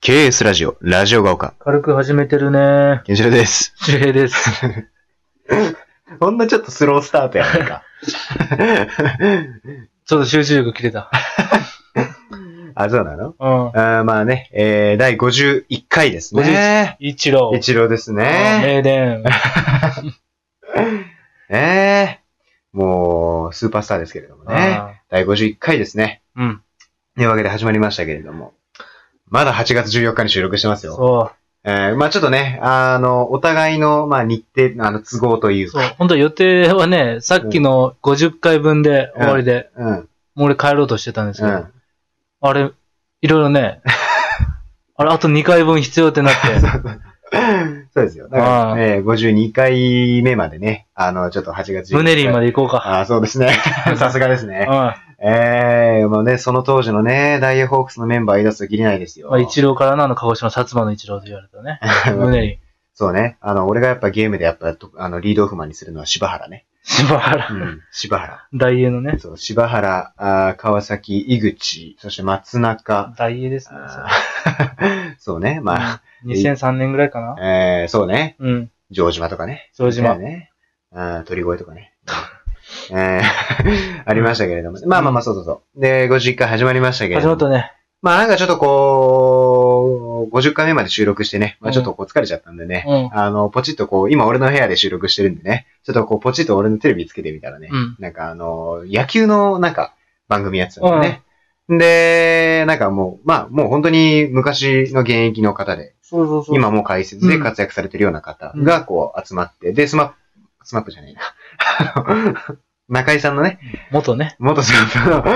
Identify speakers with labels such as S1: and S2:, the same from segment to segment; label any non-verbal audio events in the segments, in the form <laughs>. S1: KS ラジオ、ラジオが丘、
S2: 軽く始めてるね。
S1: ケンシロウです。
S2: し平です。
S1: こんなちょっとスロースタートやない <laughs> か。
S2: ちょっと集中力切れた。
S1: あ、そうなの
S2: うん。
S1: あーまあね、えー、第51回ですね。
S2: 一郎。
S1: 一郎です
S2: うん
S1: ね。
S2: 名電。
S1: えー、もう、スーパースターですけれどもね。第51回ですね。
S2: うんうん。
S1: というわけで始まりましたけれども。まだ8月14日に収録してますよ。
S2: そ。
S1: えー、まあちょっとね、あの、お互いの、まあ日程、あの、都合というう
S2: そう
S1: か。。
S2: 本当は予定はね、さっきの50回分で終わりで、
S1: うん。
S2: もう俺帰ろうとしてたんです
S1: う
S2: け
S1: ん
S2: ど、。あれ、いろいろ <laughs> ね、あれ、あと2回分必要ってなって、
S1: <laughs> そうですよ。だから、
S2: あ
S1: ね、52回目までね、あの、ちょっと8月
S2: ムネリンま
S1: で。
S2: で行こうか。
S1: ああ、そう
S2: <laughs>
S1: ですね。さすがです
S2: うん。
S1: ね。
S2: ま
S1: ええもうね、その当時のね、ダイヤホークスのメンバー言い出すときりないですよ。
S2: あ、一郎からなの鹿児島薩摩の一郎と言われたね。ムネリン。
S1: <laughs> そうね。あの、俺がやっぱゲームでやっぱ、とあの、リードオフマンにするのは柴原ね。
S2: 柴
S1: う
S2: 原。
S1: ん。柴原。
S2: 大英のね。
S1: そう、柴原、あー川崎、井口、そして松中。
S2: 大英ですね。
S1: あー <laughs> そうね。まあ、
S2: 2003年ぐらいかな。
S1: えー、そうね。
S2: うん。
S1: 城島とかね。
S2: 城島
S1: だよね。あー鳥越とか <laughs> ね。えー <laughs> ありましたけれども。まあまあまあ、そうそうそう。で、50回始まりましたけれど
S2: 始
S1: も。
S2: まったね。
S1: まあなんかちょっとこう、50回目まで収録してね、まあちょっとこう疲れちゃったんでね、
S2: うん。
S1: あの、ポチッとこう、今俺の部屋で収録してるんでね、ちょっとこう、ポチッと俺のテレビつけてみたらね、
S2: うん
S1: なんかあの、野球のなんか番組やってたんだよね。で、なんかもう、まあもう本当に昔の現役の方で、
S2: そうそうそう。
S1: 今もう解説で活躍されてるような方がこう集まって、で、スマップ、スマップじゃないな。あの <laughs> 中井さんのね、
S2: 元ね。
S1: 元スマップの、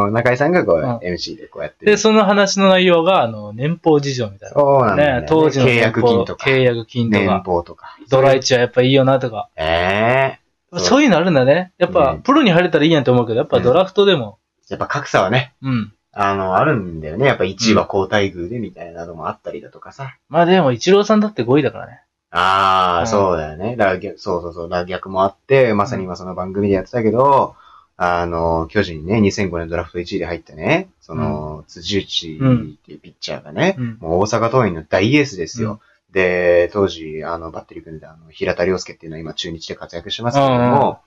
S1: あの、中井さんがこう、
S2: うん
S1: MC でこうやってる
S2: で、その話の内容が、あの、年俸事情みたい
S1: そうなん
S2: な。
S1: だよ、ね
S2: ね、当時の
S1: 契
S2: 年
S1: 約
S2: 俸
S1: 金とか、
S2: 契約金と
S1: 年
S2: か、
S1: 俸とか。
S2: ドライチはやっぱいいよなとか。
S1: ええそう
S2: そういうのあるんだね。やっ
S1: う
S2: ぱ
S1: ん、
S2: プロに入れたらいいやんと思うけど、やっぱドラフトでも。
S1: やっぱ格差はね、
S2: うん。
S1: あの、あるんだよね。やっぱ1位は交代遇でみたいなのもあったりだとかさ。
S2: まあでも、イチローさんだって5位だからね。
S1: ああ、
S2: うん
S1: そうだよね。だから逆、そうそうそう。だから逆もあって、まさに今その番組でやってたけど、あの、巨人にね、2005年ドラフト1位で入ったね、その、辻内っていうピッチャーがね、
S2: うん
S1: もう大阪桐蔭の大エースですよ。で、当時、あの、バッテリー組んでたあの、平田良介っていうのは今中日で活躍してますけれども、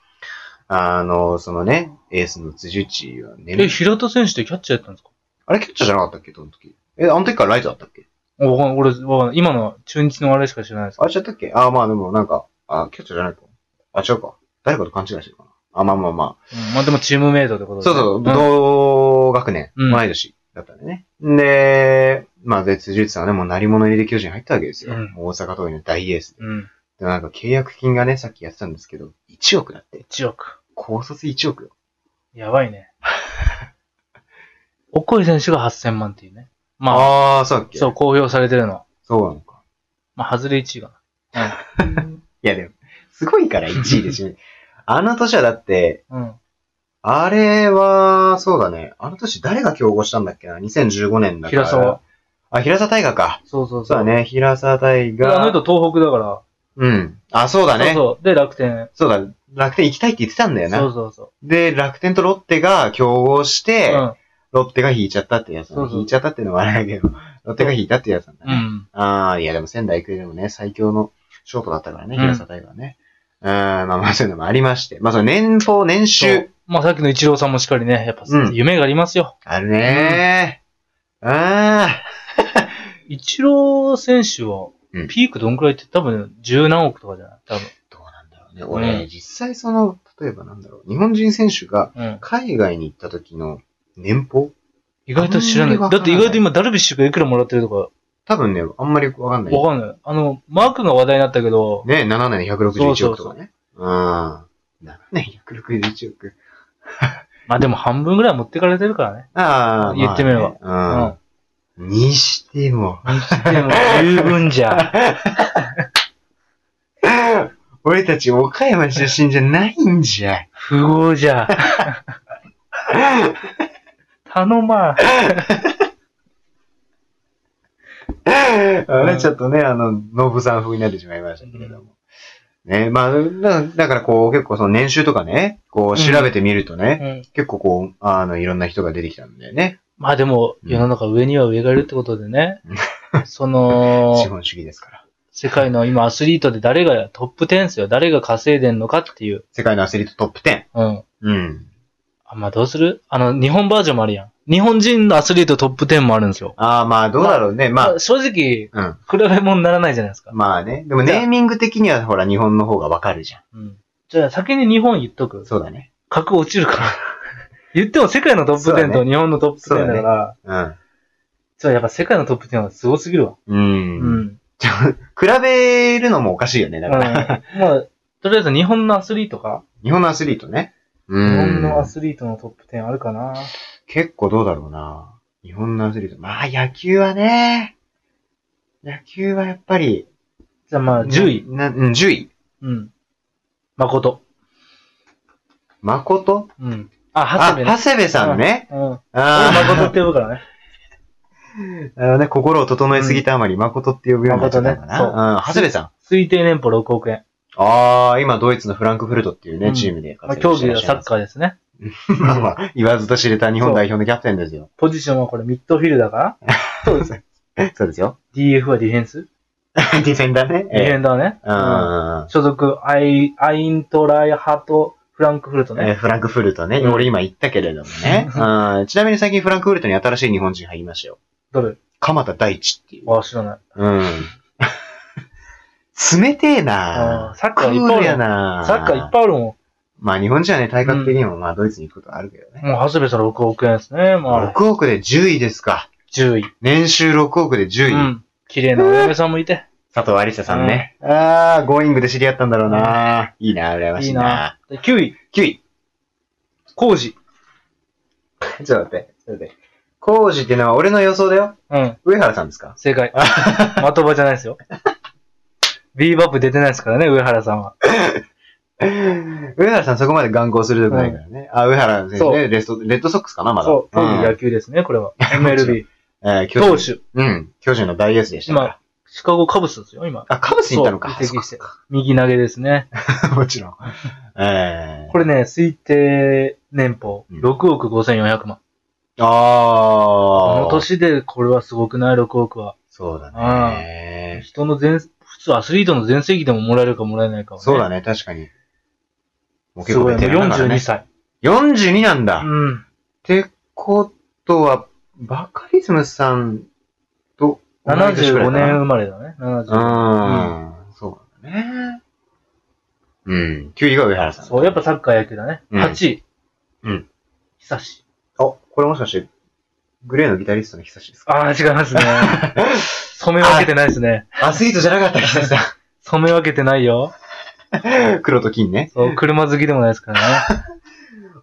S1: あの、そのね、エースの辻内は
S2: え、
S1: ね、
S2: 平田選手ってキャッチャーやったんですか
S1: あれキャッチャーじゃなかったっけどの時。え、あの時からライトだったっけ
S2: おわかんない俺、わかんない今の中日のあれしか知らないです。
S1: あれちゃったっけあ、まあでもなんか、あ、キャッチャーじゃないか。あ、違うか。誰かと勘違いしてるかな。あ、まあまあま
S2: うんまあでも、チームメイトってこ
S1: あ。
S2: とで
S1: そう
S2: ね
S1: そう、同
S2: ん
S1: 学年、
S2: うん
S1: 同い年だったんでね。で、まあ、で、辻内さんはね、もう成り物入りで巨人入ったわけですよ。
S2: うん
S1: 大阪桐蔭の大エースで。
S2: うん。
S1: でもなんか契約金がね、さっきやってたんですけど、1億だって。
S2: 1億。
S1: 高卒1億よ。
S2: やばいね。 <laughs> おっこい選手が8000万っていうね。まあ、
S1: ああー、そうだっけ
S2: そう、公表されてるの。
S1: そうなのか。
S2: まあ、外れ1位か
S1: いや、でも、すごいから1位でしょ。あの年はだって、
S2: な。うん。
S1: <laughs> あれは、そうだね。あの年誰が競合したんだっけな ?2015 年だから。
S2: 平沢。
S1: あ、平沢大河か。
S2: そうそう
S1: そ
S2: そうう。
S1: だね、平沢大
S2: で
S1: 河。
S2: あの人東北だから。
S1: うん。あ、そうだね。そう
S2: そうそう。で、楽天。
S1: だ、楽天行きたいって言ってたんだよ
S2: そう
S1: な。
S2: そうそ
S1: で、楽天とロッテが競合して、
S2: う。うん。
S1: ロッテが引いちゃったってやつ、ね、
S2: そうそう
S1: 引いちゃったっていうのはあれだけど、ロッテが引いたってやつなんだ
S2: う
S1: ね。
S2: ん。
S1: ああ、いやでも仙台育英でもね、最強のショートだったからね、
S2: うん
S1: 平沢大河はね。うん、まあまあそういうのもありまして。まあその年俸、年
S2: そ
S1: 収
S2: う。まあ、さっきのイチローさんもしっかりね、やっぱ、
S1: うん
S2: 夢がありますよ。
S1: あるねー。あ
S2: イチロー選手は
S1: うん、
S2: ピークどんくらいって多分、十何億とかじゃない多分。
S1: ー。どうなんだろうね。俺、
S2: う
S1: 実際その、例えばなんだろう。日本人選手が
S2: うん。
S1: 海外に行った時の年俸
S2: 意外と知らな
S1: あんま
S2: い。
S1: り
S2: だ
S1: わか
S2: って
S1: ん
S2: 意
S1: ない
S2: 外と今、ダルビッシュがいくらもらってるとか、
S1: 多分ね、あんまりわかんない。
S2: わかんない。あの、マークが話題になったけど、
S1: ね、7年161
S2: そう
S1: 億
S2: そう
S1: と
S2: そ
S1: か
S2: う
S1: ね。うん。7年161億。
S2: まあでも半分ぐらい持ってかれてるからね。
S1: ああ、
S2: 言ってみれば
S1: まあねうん。にしても。
S2: でも、十分じゃ。
S1: <laughs> 俺たち岡山出身じゃないんじゃ。
S2: 不合じゃ。頼まん。
S1: あ
S2: <laughs> う
S1: れ
S2: ん
S1: ちょっとね、あの、ノブさん風になってしまいましたけれども。ね、まあ、だだからこう、結構その年収とかね、こう調べてみるとね、
S2: うん。
S1: 結構こう、あの、いろんな人が出てきたんだよね。
S2: まあでも、
S1: うん
S2: 世の中上には上がいるってことでね
S1: う、
S2: そ
S1: 資 <laughs>
S2: の、
S1: 本主義ですから。
S2: 世界の今アスリートで誰がトップ10ですよ。誰が稼いでんのかっていう。
S1: 世界のアスリートトップ10。
S2: うん。
S1: うん。
S2: あまあどうするあの、日本バージョンもあるやん。日本人のアスリートトップ10もあるんですよ。
S1: ああ、まあ、どうだろうね。ま
S2: 正直、
S1: あ、うん。
S2: 比べ物にならないじゃないですか。
S1: まあね。でも
S2: じゃあ
S1: ネーミング的には、ほら、日本の方がわかるじゃ
S2: うん。じゃあ先に日本言っとく
S1: ん。。そうだね。
S2: 格落ちるから。 <laughs> 言っても世界のトップ10と日本のトップ10だ
S1: そう
S2: から、
S1: うん。
S2: そう、やっぱ世界のトップ10はすごすぎるわ。
S1: うん。
S2: うん。
S1: 比べるのもおかしいよね。
S2: う
S1: だ
S2: ん。
S1: か
S2: ま
S1: ら、
S2: あ、とりあえず日本のアスリートか
S1: 日本のアスリートね。う
S2: 日本
S1: ん。
S2: のアスリートのトップ10あるかな
S1: 結構どうだろうな。日本のアスリート。まあ、野球はね。野球はやっぱり。
S2: じゃあまあ、10位。
S1: な、うん、10位。
S2: うん。誠。
S1: 誠
S2: うん。あ、
S1: あ、
S2: 長谷部ね。
S1: 長谷部さんね。
S2: うん。俺誠
S1: あ
S2: って呼ぶからね。
S1: ー <laughs> あのね、心を整えすぎたあまり、誠って呼ぶようになっちゃったのかな。
S2: 誠ね
S1: うん、長谷部さん。
S2: 推定年俸6億円。
S1: ああ、今ドイツのフランクフルトっていう
S2: う
S1: ね、
S2: ん
S1: チームで
S2: まあ、
S1: 活
S2: 競
S1: 躍してら
S2: 技
S1: っ
S2: は
S1: しゃ
S2: サ
S1: い
S2: ッ
S1: ます。
S2: カーですね。
S1: まあまあ、言わずと知れた日本代表のキャプテンですよ。
S2: ポジションはこれミッドフィルダーかなそうです。
S1: そうですよ。
S2: DF はディフェンス
S1: ディフェンダーね。
S2: ディフェ
S1: え
S2: ンダーね。
S1: えうん
S2: 所属、アイ、アイントライハト、フランクフルト
S1: えー
S2: ね。
S1: フランクフルトね。
S2: うん
S1: 俺今言ったけれどもね。うんちなみに最近フランクフルトに新しい日本人入りましたよ。
S2: どれ
S1: 鎌田大地っていう。
S2: あ、知らない。
S1: うん。冷てえ
S2: あー
S1: な
S2: サッ
S1: ク
S2: カーいっぱいある
S1: ールやな
S2: サッカーいっぱいあるもん。も
S1: まあ日本人はね、体格的にもまあドイツに行くことはあるけど
S2: う、
S1: ね。
S2: 長谷部さん6億円ですね。まあ、
S1: 6億で10位ですか。
S2: 10位。
S1: 年収6億で10位。
S2: うん。綺麗なお嫁さんもいて。
S1: 佐藤有沙さんね。ああ、ゴーイングで知り合ったんだろうな。いいな、羨まし
S2: いい
S1: い
S2: な
S1: な。。
S2: で9位、
S1: 9位。
S2: コージ。
S1: ちょっと待って、ちょっと待って。コージってのは俺の予想だよ。
S2: うん。
S1: 上原さんです <laughs> か
S2: 正解。的場じゃないですよ。ビーバップ出てないですからね、上原さんは。
S1: 上原さんそこまで眼光鋭くないからね。あ、上原選手
S2: そう
S1: ね、レッドレッドソックスかな、まだ。
S2: そう、競技
S1: ん
S2: 野球ですね、
S1: <laughs>
S2: これは。
S1: もちろ
S2: MLB。
S1: えー巨
S2: 投
S1: 人。
S2: 手。
S1: うん。巨人の大エースでしたから。
S2: シカゴカブスですよ、今。
S1: あ、カブスに行ったのか。
S2: そう移籍して
S1: そっか
S2: 右投げですね。
S1: そっか <laughs> もちろん。え
S2: これね、推定年俸
S1: うん
S2: 6億5400万。
S1: ー。あ
S2: こ
S1: ー。
S2: の年でこれはすごくない、6億は。
S1: そうだね。
S2: 人の全、普通アスリートの全盛期でももらえるかもらえないかはね。
S1: そうだ
S2: ね。
S1: ね、確かに。もう
S2: す
S1: 結構
S2: ごい、
S1: ベ
S2: もう
S1: テランだからね
S2: 42。歳。
S1: 42なんだ。っ
S2: うん。
S1: てことは、バカリズムさんと同い年くら
S2: 75
S1: いかな
S2: 年生まれだね。
S1: う
S2: 75
S1: ーん。そうだね。うん。9位が上原さん。
S2: そう、やっぱサッカー野球だね。
S1: うん
S2: 8位。
S1: うん。
S2: 久し。
S1: あ、これもしかして、グレーのギタリストの久しですか
S2: ああ、違いま
S1: <laughs>
S2: すね。染め分けてないですね。
S1: アスリートじゃなかった、久しさ
S2: 染め分けてないよ。
S1: ん。 <laughs> 黒と金ね。
S2: そう、車好きでもないですからね。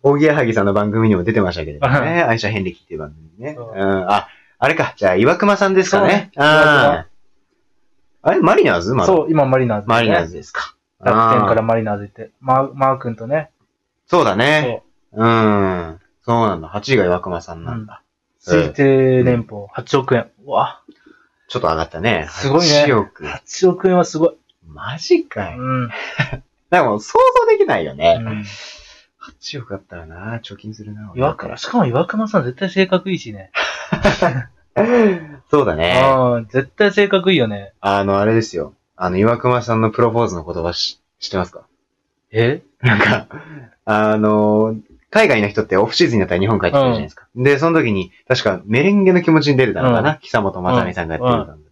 S1: 大木矢作さんの番組にも出てましたけれどね。愛車遍歴っていう番組ね。う。
S2: そうん
S1: あ、あれか。じゃあ、岩熊さんですかね。
S2: そうね岩
S1: ああれ、マリナーズまだ
S2: そう、今マリナーズ、ね。
S1: マリナーズ。ですか。
S2: 楽天から
S1: あー。
S2: マリナーズ行って。マー、マー君とね。
S1: そうだ
S2: そ
S1: ね。
S2: う。
S1: うん。そうなんだ。8位が岩熊さんなんだ。
S2: 推定年俸8億円。うわ、
S1: ちょっと上がったね。
S2: すごいね
S1: 8億。
S2: 8億円はすごい。
S1: マジか
S2: う
S1: い。
S2: ん。うん
S1: でも想像できないよね。8億だったらな、貯金するな。
S2: 岩倉、しかも岩倉さん絶対性格いいしね。
S1: <laughs> そうだね。
S2: うん、絶対性格いいよね。
S1: あの、あれですよ。あの、岩熊さんのプロポーズの言葉し知ってますか
S2: え
S1: なんか、あの、海外の人ってオフシーズンになったら日本帰ってくるじゃないですか。で、その時に、確かメレンゲの気持ちに出てたのかな、久本雅美さんがやってる番組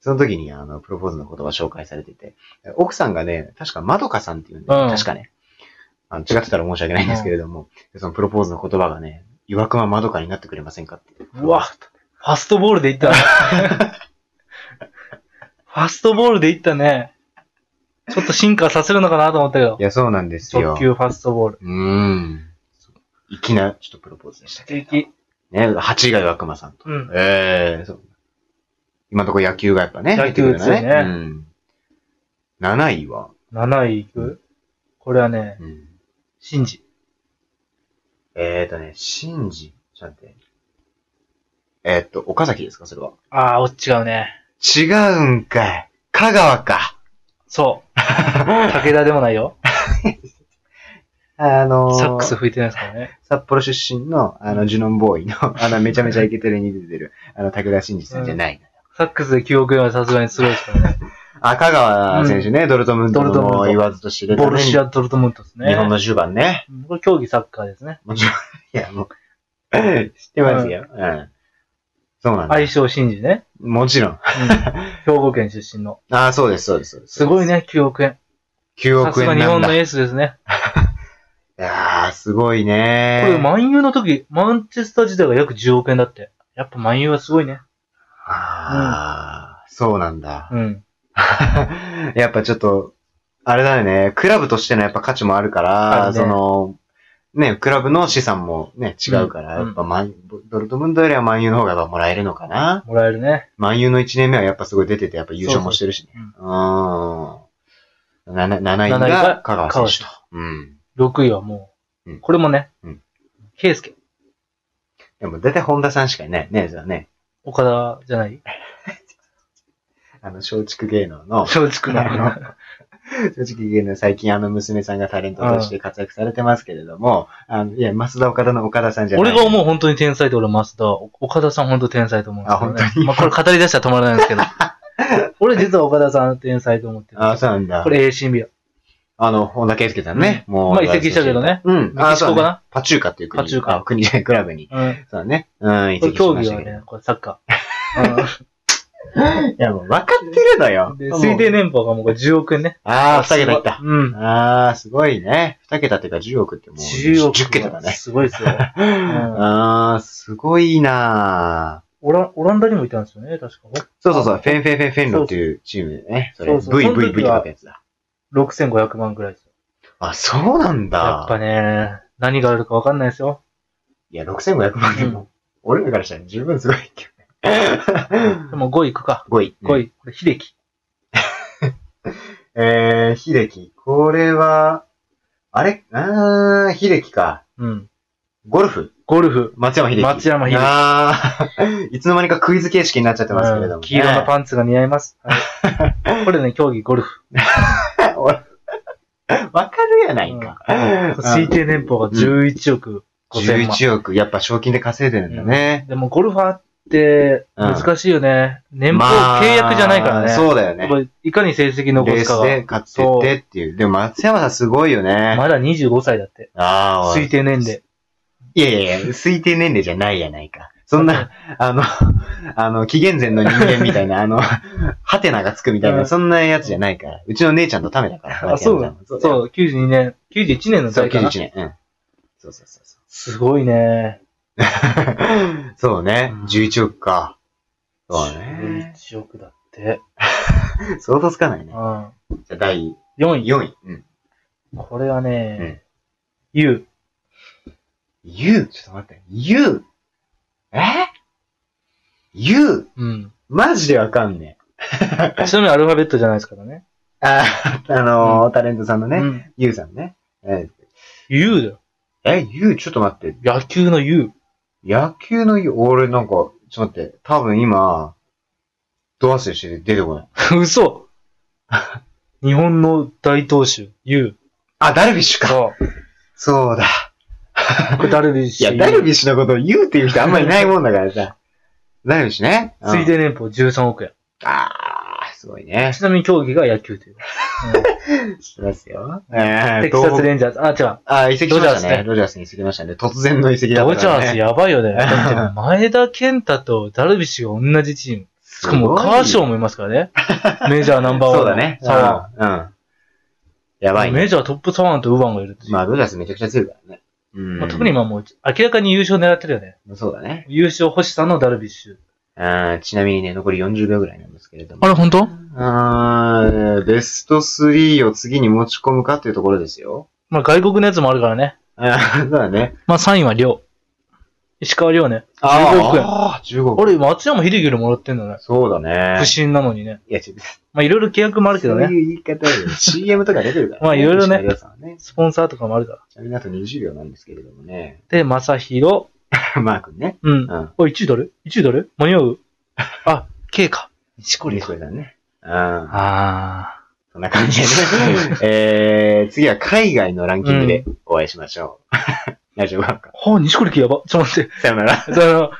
S1: その時に、あの、プロポーズの言葉紹介されてて、奥さんがね、確かまどかさんっていうんで、
S2: うん
S1: 確かね、あの違ってたら申し訳ないんですけれども、そのプロポーズの言葉がね、岩熊まどかになってくれませんかって。
S2: うわ、ファストボールでいったね。
S1: <laughs>
S2: ファストボールでいったね。ちょっと進化させるのかなと思ったけど
S1: い。や、そうなんですよ。
S2: 速球ファストボール。
S1: うーん。いきな、ちょっとプロポーズでした
S2: 素
S1: けど。
S2: 敵。
S1: ね、8位が岩熊さんと。
S2: うん。
S1: ええそう。今のところ野球がやっぱね、
S2: 野球ですね
S1: 出てくるねうん。7位は、
S2: 7位いくこれはね、
S1: うん、
S2: シンジ。
S1: えーとね、シンジ、ちょっと待って。えーっと、岡崎ですか、それは。
S2: ああ、お違うね。
S1: 違うんかい。香川か。 <laughs>
S2: そう。武田でもないよ。
S1: あの、
S2: サックス吹いてないですからね。
S1: 札幌出身の、あの、ジュノンボーイの、あの、めちゃめちゃイケてるに出てる、あの、武田真治さんじゃない。
S2: サックスで9億円はさすがにすごいですから
S1: <laughs>
S2: ね。
S1: 赤川選手ね、ドルトムント
S2: ドルトムン
S1: の
S2: ト
S1: 言わずと知れたね
S2: ボルシア・ドルトムントですね。
S1: 日本の10番ね。
S2: うんこれ競技サッカーですね。
S1: もちろん、 <laughs> いや、もう、知ってますよ。うん。そうなんだ。
S2: 相性真治ね。
S1: もちろん。 <laughs>
S2: うん兵庫県出身の。
S1: ああ、そうです、そうです、そうです。
S2: すごい。ね、9億円。
S1: 9
S2: さ
S1: 億
S2: すが
S1: 円
S2: 日
S1: な
S2: 本
S1: ん
S2: の
S1: だ。い
S2: エースですね。
S1: やー、すごい
S2: こ
S1: ね
S2: れ、万有の時、マンチェスター自体が約10億円だって。やっぱ万有はすごいね。
S1: ああ、そうなんだ。 <laughs>
S2: うん。
S1: やっぱちょっと、あれだよね、クラブとしてのやっぱ価値もあるか
S2: あ
S1: ら、
S2: るね
S1: その、ね、クラブの資産もね、違うから、
S2: うん
S1: やっぱマン、ドルトムントよりは万有の方がやっぱもらえるのかな
S2: もらえるね。
S1: 万有の1年目はやっぱすごい出てて、やっぱ優勝もしてるしね。
S2: そう
S1: うーん。7, 7位
S2: 七位
S1: が
S2: が
S1: 香川選手と。うん。
S2: 6位はもう、
S1: うん
S2: これもね、
S1: うん
S2: 圭介、
S1: でも大体本田さんしかいないね、じゃあね。
S2: 岡田じゃない
S1: あの、松竹芸能
S2: <laughs>
S1: の、
S2: 松竹の。
S1: あ松竹芸能最近あの娘さんがタレントとして活躍されてますけれども、あの、いや、増田岡田の岡田さんじゃない。
S2: 俺が思う本当に天才って俺マスター、岡田さん本当天才と思うんですけど、ね。
S1: あ本当に
S2: まあこれ語り出したら止まらないん
S1: <laughs>
S2: ですけど。俺実は岡田さん天才と思ってて
S1: あ、そうなんだ。
S2: これ AC ミラン。
S1: あの、本田圭佑さんね。もう。
S2: まあ移籍したけどね。
S1: うん。
S2: メキシコ
S1: あそうだ
S2: か
S1: ね
S2: な
S1: パチューカっていう国。
S2: パチューカ
S1: あ国じゃない、クラブに。
S2: うん。
S1: そうだね。うん、移
S2: これ
S1: 籍し
S2: 競
S1: まし
S2: 技
S1: た
S2: は
S1: けど。
S2: ね、これサッカ
S1: <laughs>
S2: ー。
S1: いや、もう分かってるの
S2: う
S1: よ
S2: ん、。で推定年俸がもうこれ10億円ね。
S1: ああ、二桁いった。
S2: うん。
S1: ああ、すごいね。二桁っていうか10億ってもう。
S2: 10億。
S1: 10桁だね。
S2: すごいですよ。ん
S1: ああ、すごいなー
S2: オランオランダにもいたんですよね、確か。
S1: そうそうそう、フェンフェンフェンフェンロっていうチームでね。それ、
S2: そうそう
S1: V、
S2: その
S1: V、
S2: 時
S1: V
S2: は
S1: とかやつだ。
S2: 6500万ぐらいですよ。
S1: あ、そうなん
S2: やっ
S1: だ。
S2: ぱね、何があるかわかんないですよ。
S1: いや、6500万でも、俺らからしたら十分すごいけどね。
S2: でも5位行くか。
S1: 5位。
S2: 5位。これ、秀樹。
S1: えー、秀樹。これは、あれあー、秀樹か。
S2: うん。
S1: ゴルフ
S2: ゴルフ。
S1: 松山秀樹。
S2: 松山秀樹
S1: あー、 <laughs> いつの間にかクイズ形式になっちゃってますけれども、
S2: うん
S1: ね。
S2: 黄色のパンツが似合
S1: <laughs>
S2: います。はい、これね、競技ゴルフ。
S1: ン。 <laughs> わかるやないか。
S2: 推定年俸が11億5000万。
S1: 11億。やっぱ賞金で稼いでるんだね。
S2: でもゴルファーって難しいよね。年俸
S1: まあ
S2: 契約じゃないからね。
S1: そうだよ
S2: やっ
S1: ね。
S2: ぱりいかに成績残
S1: レー
S2: すか
S1: ス
S2: が。
S1: で勝ってってっていう。でも松山さんすごいよね。
S2: まだ25歳だって。
S1: ああ、
S2: 推定年齢。
S1: いやいやいや、推定年齢じゃないやないか。そん
S2: <laughs>
S1: な、あの、あの、紀元前の人間みたいな、あの、ハテナがつくみたいうな、
S2: ん
S1: そんなやつじゃないから。うちの姉ちゃんのためだから。
S2: あ、そう
S1: 松山
S2: だ
S1: さん。
S2: そ
S1: そううだよ。
S2: 92年、91年の
S1: そう、
S2: 代かな
S1: 91。年。うん。そうそうそうそう。
S2: すごいね。
S1: <laughs> そうね
S2: うん。
S1: 11億か。そうだね。
S2: 11億だって。
S1: 相当つかないうね
S2: ん。。4
S1: じゃあ、第
S2: 位。
S1: 4位。うん。
S2: これはね、ユウ
S1: U! ちょっと待って。U! え ?U!
S2: うん。
S1: マジでわかんね
S2: ちなみにアルファベットじゃないですからね。
S1: え。あー、あのー、タレントさんの
S2: う
S1: ね、
S2: ん。
S1: U さんね。えー
S2: U だよ。
S1: え、U、ちょっと待って。
S2: 野球の U。 <laughs>
S1: 野球の U、俺なんか、ちょっと待って。多分今、ドアスしてて出てこない。
S2: 嘘日本の大投手、U。
S1: あ、ダルビッシュか。
S2: そう。
S1: そうだ。
S2: これダルビッ
S1: い
S2: シュ。
S1: や、ダルビッシュのことを U っていう人あんまりいないもんだから <laughs> さ。ダルビッシュね。うん
S2: 推定年俸13億円。
S1: あー、すごいね。
S2: ちなみに競技が野球という。
S1: 知ってますよ。え
S2: うん
S1: ー、
S2: テキサ
S1: 東
S2: ス
S1: 北
S2: レンジャーズ。あ、違う。
S1: あ、移籍しましたね。
S2: ドジャースね
S1: ロジャースに移籍しましたね。突然の移籍だ
S2: ド
S1: った
S2: ジ
S1: か
S2: ャ
S1: ら
S2: ー
S1: ね。
S2: スやばい
S1: <laughs>
S2: よね。だって前田健太とダルビッシュが同じチーム。し
S1: し
S2: かもカーショーもいますから
S1: <laughs>
S2: ね。メジャーナンバーワン。
S1: そうだね。
S2: サワ
S1: うん。うん。やばい
S2: メ
S1: ね。
S2: ジャートップサワンとウバンがいるっていう。
S1: まあ、ロジャースめちゃくちゃ強いからね。うん。
S2: まあ特に今もう明らかに優勝狙ってるよね。
S1: そうだね。
S2: 優勝星さんのダルビッシュ。
S1: あーちなみにね、残り40秒ぐらいなんですけれども。
S2: れ本当
S1: あーベスト3を次に持ち込むかというところですよ。
S2: まあ外国のやつもあるからね。
S1: あーそうだね。
S2: まあ3位は亮。石川亮ね。
S1: あー
S2: 15億円
S1: あー、15億
S2: 俺、松山秀樹よりもらってんだね。
S1: そうだね
S2: 不。審なのにね。
S1: いや、ちょっと、
S2: まあいろいろ契約もあるけど
S1: そう
S2: ね。
S1: いう言い方よ。CM とか出てるから、
S2: まあいろいろね
S1: 吉野家さんはね
S2: スポンサーとかもあるから。
S1: ちなみにあと20秒なんですけれどもね。 <laughs>
S2: で、正宏。
S1: マー君ね。
S2: うん。
S1: うん。
S2: おい、1位誰 ?1 位誰間に合うあ、K か。
S1: 西堀さんね。うん。
S2: あ
S1: そんな感じで、
S2: <laughs>
S1: ね。えー、次は海外のランキングでお会いしましょう。大丈夫か <laughs>
S2: はあ、西堀家やば。ちょっと待って。
S1: さよなら。
S2: その、